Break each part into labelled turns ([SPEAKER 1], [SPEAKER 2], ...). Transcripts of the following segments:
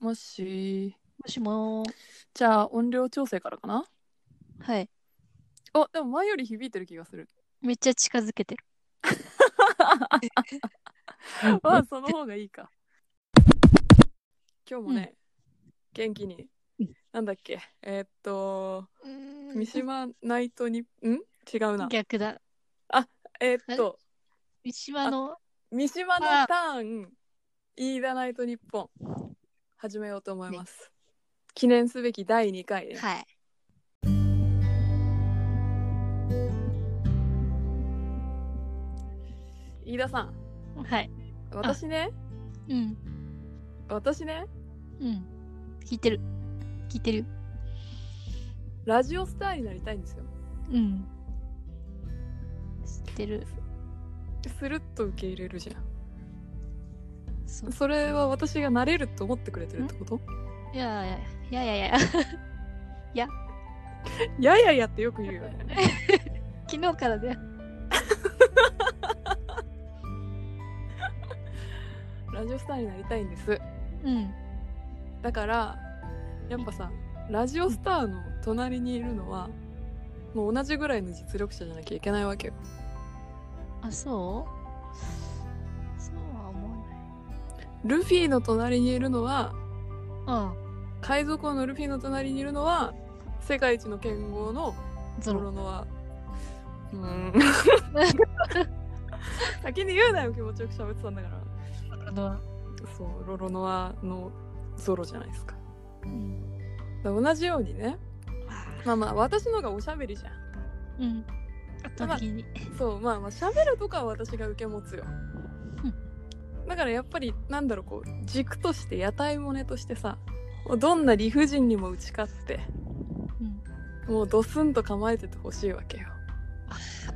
[SPEAKER 1] もし、
[SPEAKER 2] もしも
[SPEAKER 1] じゃあ音量調整からかな
[SPEAKER 2] はい。
[SPEAKER 1] お、でも前より響いてる気がする。
[SPEAKER 2] めっちゃ近づけて る。
[SPEAKER 1] まあ、その方がいいか。今日もね、元気に
[SPEAKER 2] うん。
[SPEAKER 1] なんだっけえーっと、
[SPEAKER 2] うん
[SPEAKER 1] 三島ナイトに、ん違うな。
[SPEAKER 2] 逆だ。
[SPEAKER 1] えーっと、
[SPEAKER 2] 三島の、
[SPEAKER 1] 三島の
[SPEAKER 2] あ
[SPEAKER 1] ターン、飯田ナイト日本、始めようと思います。記念すべき第2回ね。
[SPEAKER 2] はい。
[SPEAKER 1] 飯田さん、
[SPEAKER 2] はい。
[SPEAKER 1] 私ね、
[SPEAKER 2] うん。
[SPEAKER 1] 私ね、
[SPEAKER 2] うん。聞いてる。聞いてるよ。
[SPEAKER 1] ラジオスターになりたいんですよ。
[SPEAKER 2] うん。知ってる。
[SPEAKER 1] スルッと受け入れるじゃ。
[SPEAKER 2] そうん
[SPEAKER 1] それは私がなれると思ってくれてるってこと
[SPEAKER 2] いやいやいやいやい や。
[SPEAKER 1] いやいやいやってよく言うよね。
[SPEAKER 2] 昨日からだよ。
[SPEAKER 1] ラジオスターになりたいんです。
[SPEAKER 2] うん。
[SPEAKER 1] だから、やっぱさ、ラジオスターの隣にいるのは、もう同じぐらいの実力者じゃなきゃいけないわけよ。
[SPEAKER 2] あ、そうそうは思わない。
[SPEAKER 1] ルフィの隣にいるのは、
[SPEAKER 2] あ
[SPEAKER 1] 海賊王のルフィの隣にいるのは、世界一の剣豪の
[SPEAKER 2] あ、ゾ
[SPEAKER 1] ゾ
[SPEAKER 2] ロ。
[SPEAKER 1] ロノ ア。うーん。 先に言うなよ、気持ちよく喋ってたんだから。そう、ロロノアのゾロじゃないですか。
[SPEAKER 2] うん。
[SPEAKER 1] だから同じようにね、
[SPEAKER 2] あ
[SPEAKER 1] まあまあ、私のがおしゃべりじゃん。
[SPEAKER 2] ーうん。圧倒的に。
[SPEAKER 1] そうまあまあ喋るとかは私が受け持つよ
[SPEAKER 2] う
[SPEAKER 1] だからやっぱりなんだろうこう軸として屋台骨としてさもうどんな理不尽にも打ち勝って
[SPEAKER 2] うん。
[SPEAKER 1] もうドスンと構えててほしいわけよ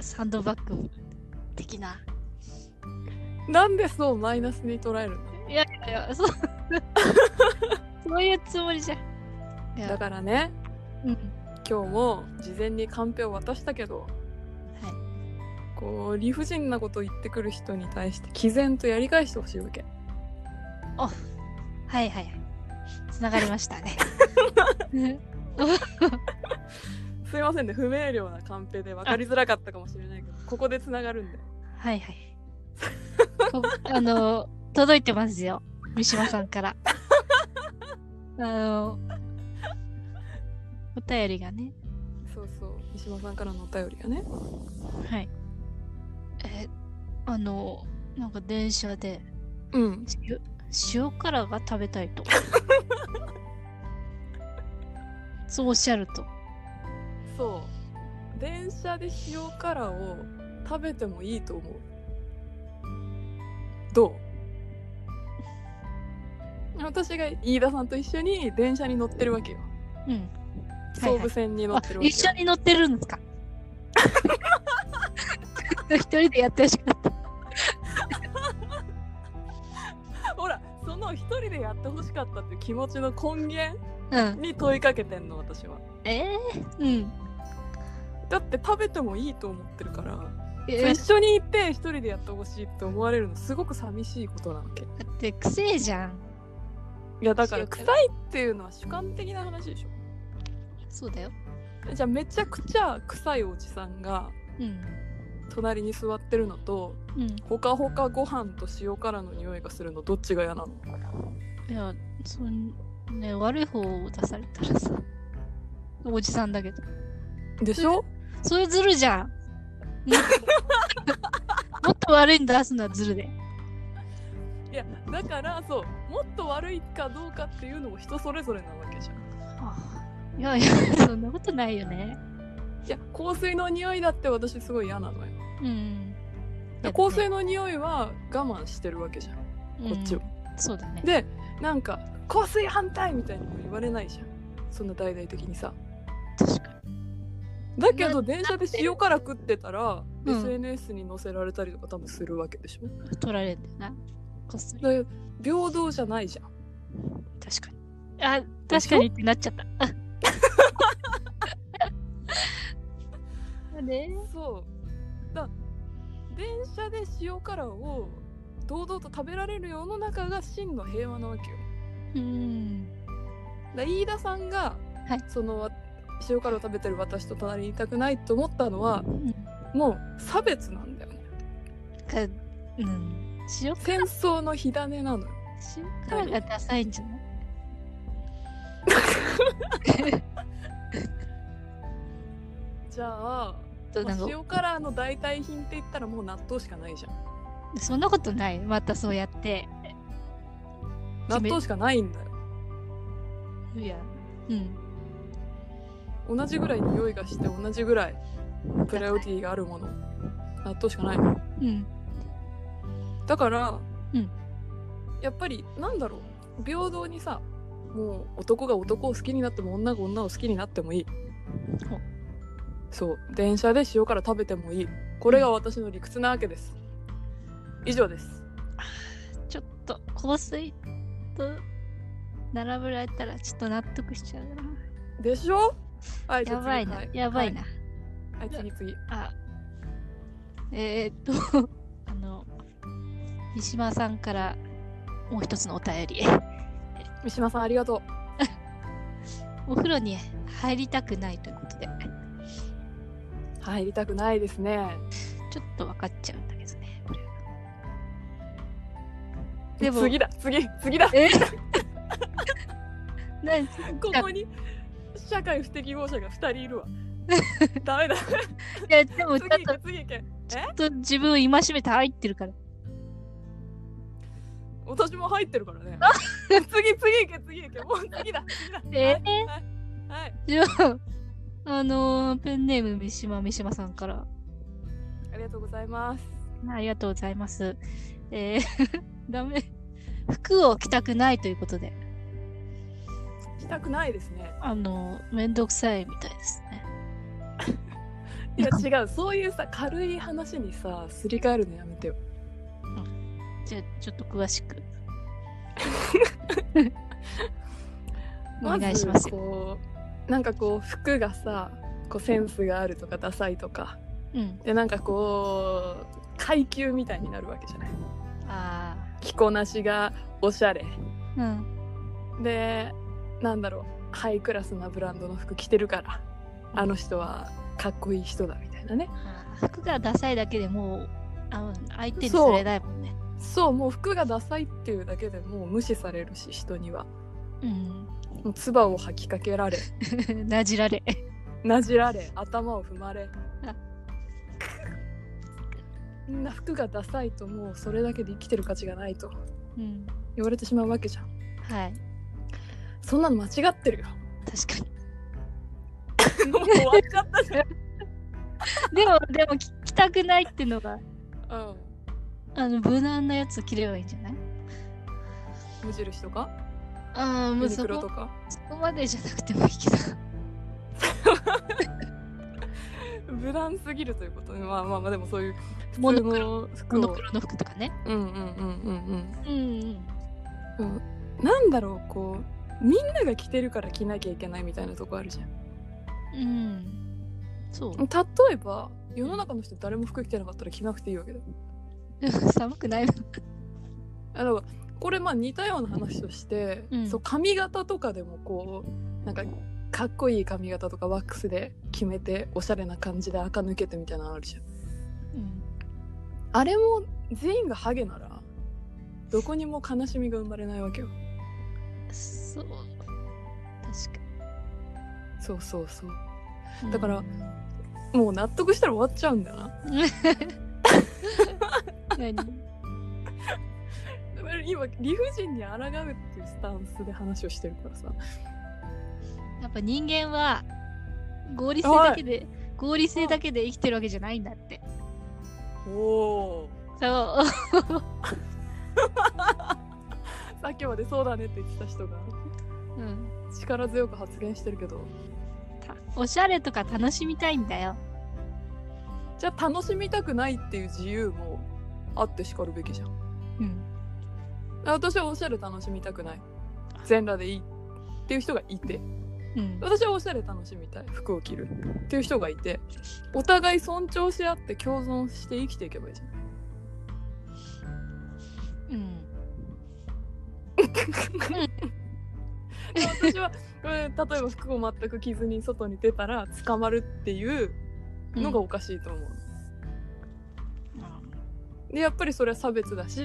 [SPEAKER 2] サンドバッグ的な。
[SPEAKER 1] なんでそうマイナスに捉えるの
[SPEAKER 2] いやいやい や、そう。そういうつもりじゃ。いや
[SPEAKER 1] だからね
[SPEAKER 2] うん。は
[SPEAKER 1] 今日も事前にカンペを渡したけどこう理不尽なこと言ってくる人に対して毅然とやり返してほしいわけ
[SPEAKER 2] い。はいはいはい。つながりましたね。
[SPEAKER 1] すいませんね不明瞭なカンペで分かりづらかったかもしれないけどここでつながるんで
[SPEAKER 2] はいはい。こあの、届いてますよ。三島さ んから。あの、お便りがね。
[SPEAKER 1] そうそう三島さんからのお便りがね
[SPEAKER 2] はい。え、あの、なんか電車で、
[SPEAKER 1] うん
[SPEAKER 2] 塩塩辛が食べた いとそうおっしゃると
[SPEAKER 1] そう電車で塩辛を食べてもいいと思うどう私が飯田さんと一緒に電車に乗ってるわけよ
[SPEAKER 2] うんはい
[SPEAKER 1] 総武線に乗
[SPEAKER 2] あ
[SPEAKER 1] ってるわけよ、
[SPEAKER 2] 一緒に乗ってるんですか 一人でやってほしかった
[SPEAKER 1] ほらその一人でやってほしかったっていう気持ちの根源
[SPEAKER 2] うん
[SPEAKER 1] に問いかけてんの私は
[SPEAKER 2] えー、うん
[SPEAKER 1] だって食べてもいいと思ってるから、
[SPEAKER 2] えー
[SPEAKER 1] 一緒に行って一人でやってほしいって思われるのすごく寂しいことなわけ
[SPEAKER 2] だってくせえじゃん
[SPEAKER 1] いやだから
[SPEAKER 2] 塩辛
[SPEAKER 1] 臭いっていうのは主観的な話でしょ
[SPEAKER 2] そうだよ
[SPEAKER 1] じゃあめちゃくちゃ臭いおじさんが
[SPEAKER 2] うん
[SPEAKER 1] 隣に座ってるのと
[SPEAKER 2] うん
[SPEAKER 1] ほかほかご飯と塩辛の匂いがするのどっちが嫌なの
[SPEAKER 2] いやそんね悪い方を出されたらさおじさんだけど
[SPEAKER 1] でしょ
[SPEAKER 2] それずるじゃんもっとも っと悪いの出すのはずるで
[SPEAKER 1] いやだからそうもっと悪いかどうかっていうのも人それぞれなわけじゃん
[SPEAKER 2] いやいや、そんなことないよね。
[SPEAKER 1] いや香水の匂いだって私すごい嫌なのよ
[SPEAKER 2] うん。
[SPEAKER 1] で香水の匂いは我慢してるわけじゃんこっちを、
[SPEAKER 2] うんそうだね。
[SPEAKER 1] でなんか香水反対みたいにも言われないじゃんそんな大々的にさ
[SPEAKER 2] 確か
[SPEAKER 1] だけど電車で塩辛食ってたら、
[SPEAKER 2] うん
[SPEAKER 1] SNS に載せられたりとか多分するわけでしょ
[SPEAKER 2] に。取られるんだよな。こっそり。
[SPEAKER 1] だから平等じゃないじゃん
[SPEAKER 2] 確かに。あ、確かにってなっちゃ った。あで
[SPEAKER 1] そうだ電車で塩辛を堂々と食べられる世の中が真の平和なわけよ
[SPEAKER 2] うん。
[SPEAKER 1] で飯田さんが、
[SPEAKER 2] はい
[SPEAKER 1] そのわ塩辛を食べてる私と隣にいたくないと思ったのは
[SPEAKER 2] うん
[SPEAKER 1] もう差別なんだよね
[SPEAKER 2] か、うん。塩、
[SPEAKER 1] 戦争の火種なのよ
[SPEAKER 2] 塩辛がダサいんじゃない
[SPEAKER 1] じゃあ、
[SPEAKER 2] どう
[SPEAKER 1] ま
[SPEAKER 2] な
[SPEAKER 1] あ
[SPEAKER 2] の
[SPEAKER 1] 塩辛の代替品って言ったらもう納豆しかないじゃん
[SPEAKER 2] そんなことない。またそうやって。
[SPEAKER 1] 納
[SPEAKER 2] 決め
[SPEAKER 1] 豆しかないんだよ
[SPEAKER 2] いや。うん。
[SPEAKER 1] 同じぐらい匂いがして同じぐらいプライオリティがあるもの納豆しかないの
[SPEAKER 2] うん。
[SPEAKER 1] だから、
[SPEAKER 2] うん
[SPEAKER 1] やっぱりなんだろう平等にさもう男が男を好きになっても女が女を好きになってもいい
[SPEAKER 2] ほう
[SPEAKER 1] そう電車で塩辛食べてもいいこれが私の理屈なわけです以上です
[SPEAKER 2] ちょっと、香水と並べられたら、ちょっと納得しちゃうな。
[SPEAKER 1] でしょはいじゃ
[SPEAKER 2] や
[SPEAKER 1] あ
[SPEAKER 2] ばい
[SPEAKER 1] 次
[SPEAKER 2] な
[SPEAKER 1] は。
[SPEAKER 2] やばいな。
[SPEAKER 1] はい、はい次次
[SPEAKER 2] あえー、っと あの三島さんからもう一つのお便り
[SPEAKER 1] 三島さんありがとう
[SPEAKER 2] お風呂に入りたくないということで
[SPEAKER 1] 入りたくないですね
[SPEAKER 2] ちょっと分かっちゃうんだけどねこれは
[SPEAKER 1] で
[SPEAKER 2] で
[SPEAKER 1] も
[SPEAKER 2] も
[SPEAKER 1] 次だ次次だ
[SPEAKER 2] え な ん
[SPEAKER 1] ここに社会不適合者が2人いる わダメだ
[SPEAKER 2] いやでもちょ
[SPEAKER 1] 次行
[SPEAKER 2] っ
[SPEAKER 1] け次行
[SPEAKER 2] と
[SPEAKER 1] け
[SPEAKER 2] ちょっと自分を戒めて入ってるから
[SPEAKER 1] 私も入ってるから ね。次、次行け、次行け。もう次だ、次だ。
[SPEAKER 2] え
[SPEAKER 1] はい、
[SPEAKER 2] じゃああのーペンネーム三島三島さんか
[SPEAKER 1] あ
[SPEAKER 2] ら
[SPEAKER 1] りがとうございます。
[SPEAKER 2] ありがとうございますえー ダメ服を着たくないということで
[SPEAKER 1] したくないですね。
[SPEAKER 2] あの、めんどくさいみたいですね。
[SPEAKER 1] いや、 違う。そういうさ、軽い話にさ、すり替えるのやめてよ。
[SPEAKER 2] じゃあ、ちょっと詳しく。お
[SPEAKER 1] ず
[SPEAKER 2] 願いしますよ。
[SPEAKER 1] こう、なんかこう、服がさ、こうセンスがあるとか、ダサいとか。
[SPEAKER 2] うん。
[SPEAKER 1] で、なんかこう、階級みたいになるわけじゃない。
[SPEAKER 2] あ
[SPEAKER 1] 着こなしがおしゃれ。
[SPEAKER 2] あ。うん。
[SPEAKER 1] で、なんだろう。ハイクラスなブランドの服着てるから、あの人はかっこいい人だみたいなね。
[SPEAKER 2] あー服がダサいだけでもう、あの相手にされないもんね。
[SPEAKER 1] そうもう服がダサいっていうだけでもう無視されるし人には
[SPEAKER 2] うん。
[SPEAKER 1] もう唾を吐きかけられ
[SPEAKER 2] なじられ。
[SPEAKER 1] なじられ頭を踏まれ
[SPEAKER 2] あ
[SPEAKER 1] みんな服がダサいともうそれだけで生きてる価値がないと
[SPEAKER 2] うん。
[SPEAKER 1] 言われてしまうわけじゃん
[SPEAKER 2] はい。
[SPEAKER 1] そんなの間違ってる よ
[SPEAKER 2] 確かに。
[SPEAKER 1] もう終わっちゃったじ
[SPEAKER 2] でも、でも、き着たくないってのが、
[SPEAKER 1] ゃ ん、うん、
[SPEAKER 2] あの、無難なやつ着ればいいんじゃない
[SPEAKER 1] 無印とか
[SPEAKER 2] ああ、も
[SPEAKER 1] ユ
[SPEAKER 2] う
[SPEAKER 1] ニ
[SPEAKER 2] そ
[SPEAKER 1] クロと
[SPEAKER 2] こ、
[SPEAKER 1] か
[SPEAKER 2] そこまでじゃなくてもいいけど。
[SPEAKER 1] 無難すぎるということでまあまあまあでもそういう
[SPEAKER 2] モ
[SPEAKER 1] 普通
[SPEAKER 2] ノクロ
[SPEAKER 1] の
[SPEAKER 2] モ
[SPEAKER 1] 服
[SPEAKER 2] ノ
[SPEAKER 1] を
[SPEAKER 2] クロの服とかね。
[SPEAKER 1] うんうんうんうんうん
[SPEAKER 2] うん
[SPEAKER 1] うんなんだろうこうみんなが着てるから着なきゃいけないみたいなとこあるじゃん
[SPEAKER 2] うん。うん。そう。
[SPEAKER 1] 例えば世の中の人誰も服着てなかったら着なくていいわけだ
[SPEAKER 2] 寒くないの
[SPEAKER 1] あだからこれまあ似たような話として、
[SPEAKER 2] うん
[SPEAKER 1] そう髪型とかでもこうなんかかっこいい髪型とかワックスで決めておしゃれな感じで垢抜けてみたいなのあるじゃんあれも全員がハゲならどこにも悲しみが生まれないわけよ
[SPEAKER 2] そう確
[SPEAKER 1] そうそうそう
[SPEAKER 2] かに
[SPEAKER 1] だから
[SPEAKER 2] うん
[SPEAKER 1] もう納得したら終わっちゃうんだよな
[SPEAKER 2] 何
[SPEAKER 1] 今理不尽に抗うっていうスタンスで話をしてるからさ
[SPEAKER 2] やっぱ人間は合理性だけで合理性だけで生きてるわけじゃないんだって
[SPEAKER 1] おお
[SPEAKER 2] そう
[SPEAKER 1] さっきまでそうだねって言ってた人が
[SPEAKER 2] うん
[SPEAKER 1] 力強く発言してるけど
[SPEAKER 2] たおしゃれとか楽しみたいんだよ
[SPEAKER 1] じゃあ楽しみたくないっていう自由もあってしかるべきじゃん
[SPEAKER 2] うん
[SPEAKER 1] 私はおしゃれ楽しみたくない全裸でいいっていう人がいて
[SPEAKER 2] うん
[SPEAKER 1] 私はおしゃれ楽しみたい服を着るっていう人がいてお互い尊重し合って共存して生きていけばいいじゃん
[SPEAKER 2] うん
[SPEAKER 1] 私は これ例えば服を全く着ずに外に出たら捕まるっていうのがおかしいと思う、でやっぱりそれは差別だし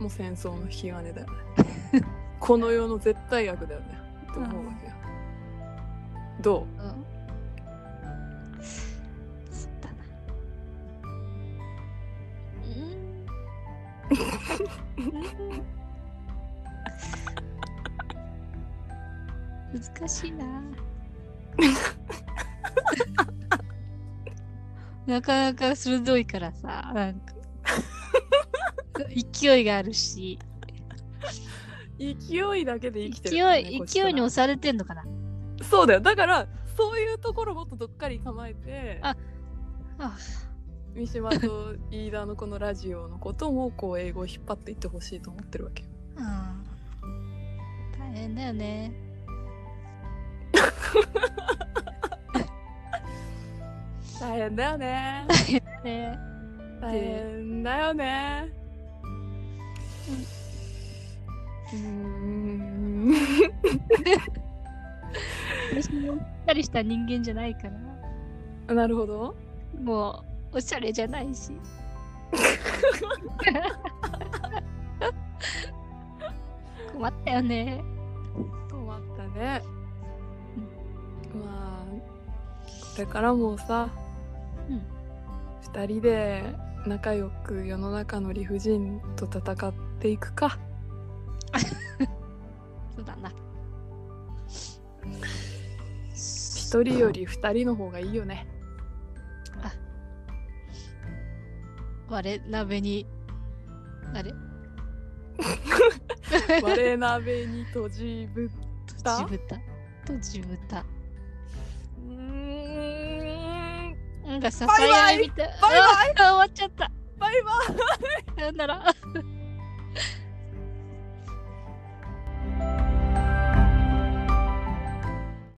[SPEAKER 1] もう戦争の引き金だよね この世の絶対悪だよねって思うわけよ、ど
[SPEAKER 2] うんうんそうだなうん 難し いななかなか鋭いからさなんか勢いがあるし
[SPEAKER 1] う勢いだけで生きてるから
[SPEAKER 2] 勢
[SPEAKER 1] ね、
[SPEAKER 2] い
[SPEAKER 1] こっちから
[SPEAKER 2] 勢いに押されてんのかな
[SPEAKER 1] そうだよだからそういうところもっとどっかり構えて
[SPEAKER 2] ああ
[SPEAKER 1] 三島と飯田のこのラジオのこともこう英語を引っ張っていってほしいと思ってるわけよ
[SPEAKER 2] うん大変だよね
[SPEAKER 1] 大変だよね
[SPEAKER 2] ね
[SPEAKER 1] 大変だよねうーん
[SPEAKER 2] 私もうっかりした人間じゃないから
[SPEAKER 1] なるほど
[SPEAKER 2] もうおしゃれじゃないし困ったよね
[SPEAKER 1] 困ったねまあこれからもさ、
[SPEAKER 2] うん
[SPEAKER 1] 2人で仲良く世の中の理不尽と戦っていくか
[SPEAKER 2] そうだな
[SPEAKER 1] 1人より2人の方がいいよ ね
[SPEAKER 2] あれ鍋にあれ
[SPEAKER 1] 我鍋に閉じぶ
[SPEAKER 2] とじぶたとじぶた
[SPEAKER 1] うーん
[SPEAKER 2] なんかさ
[SPEAKER 1] バ
[SPEAKER 2] さ
[SPEAKER 1] イバイ
[SPEAKER 2] やみたい
[SPEAKER 1] バイ
[SPEAKER 2] あ終わっちゃった
[SPEAKER 1] バイバイ
[SPEAKER 2] さよなら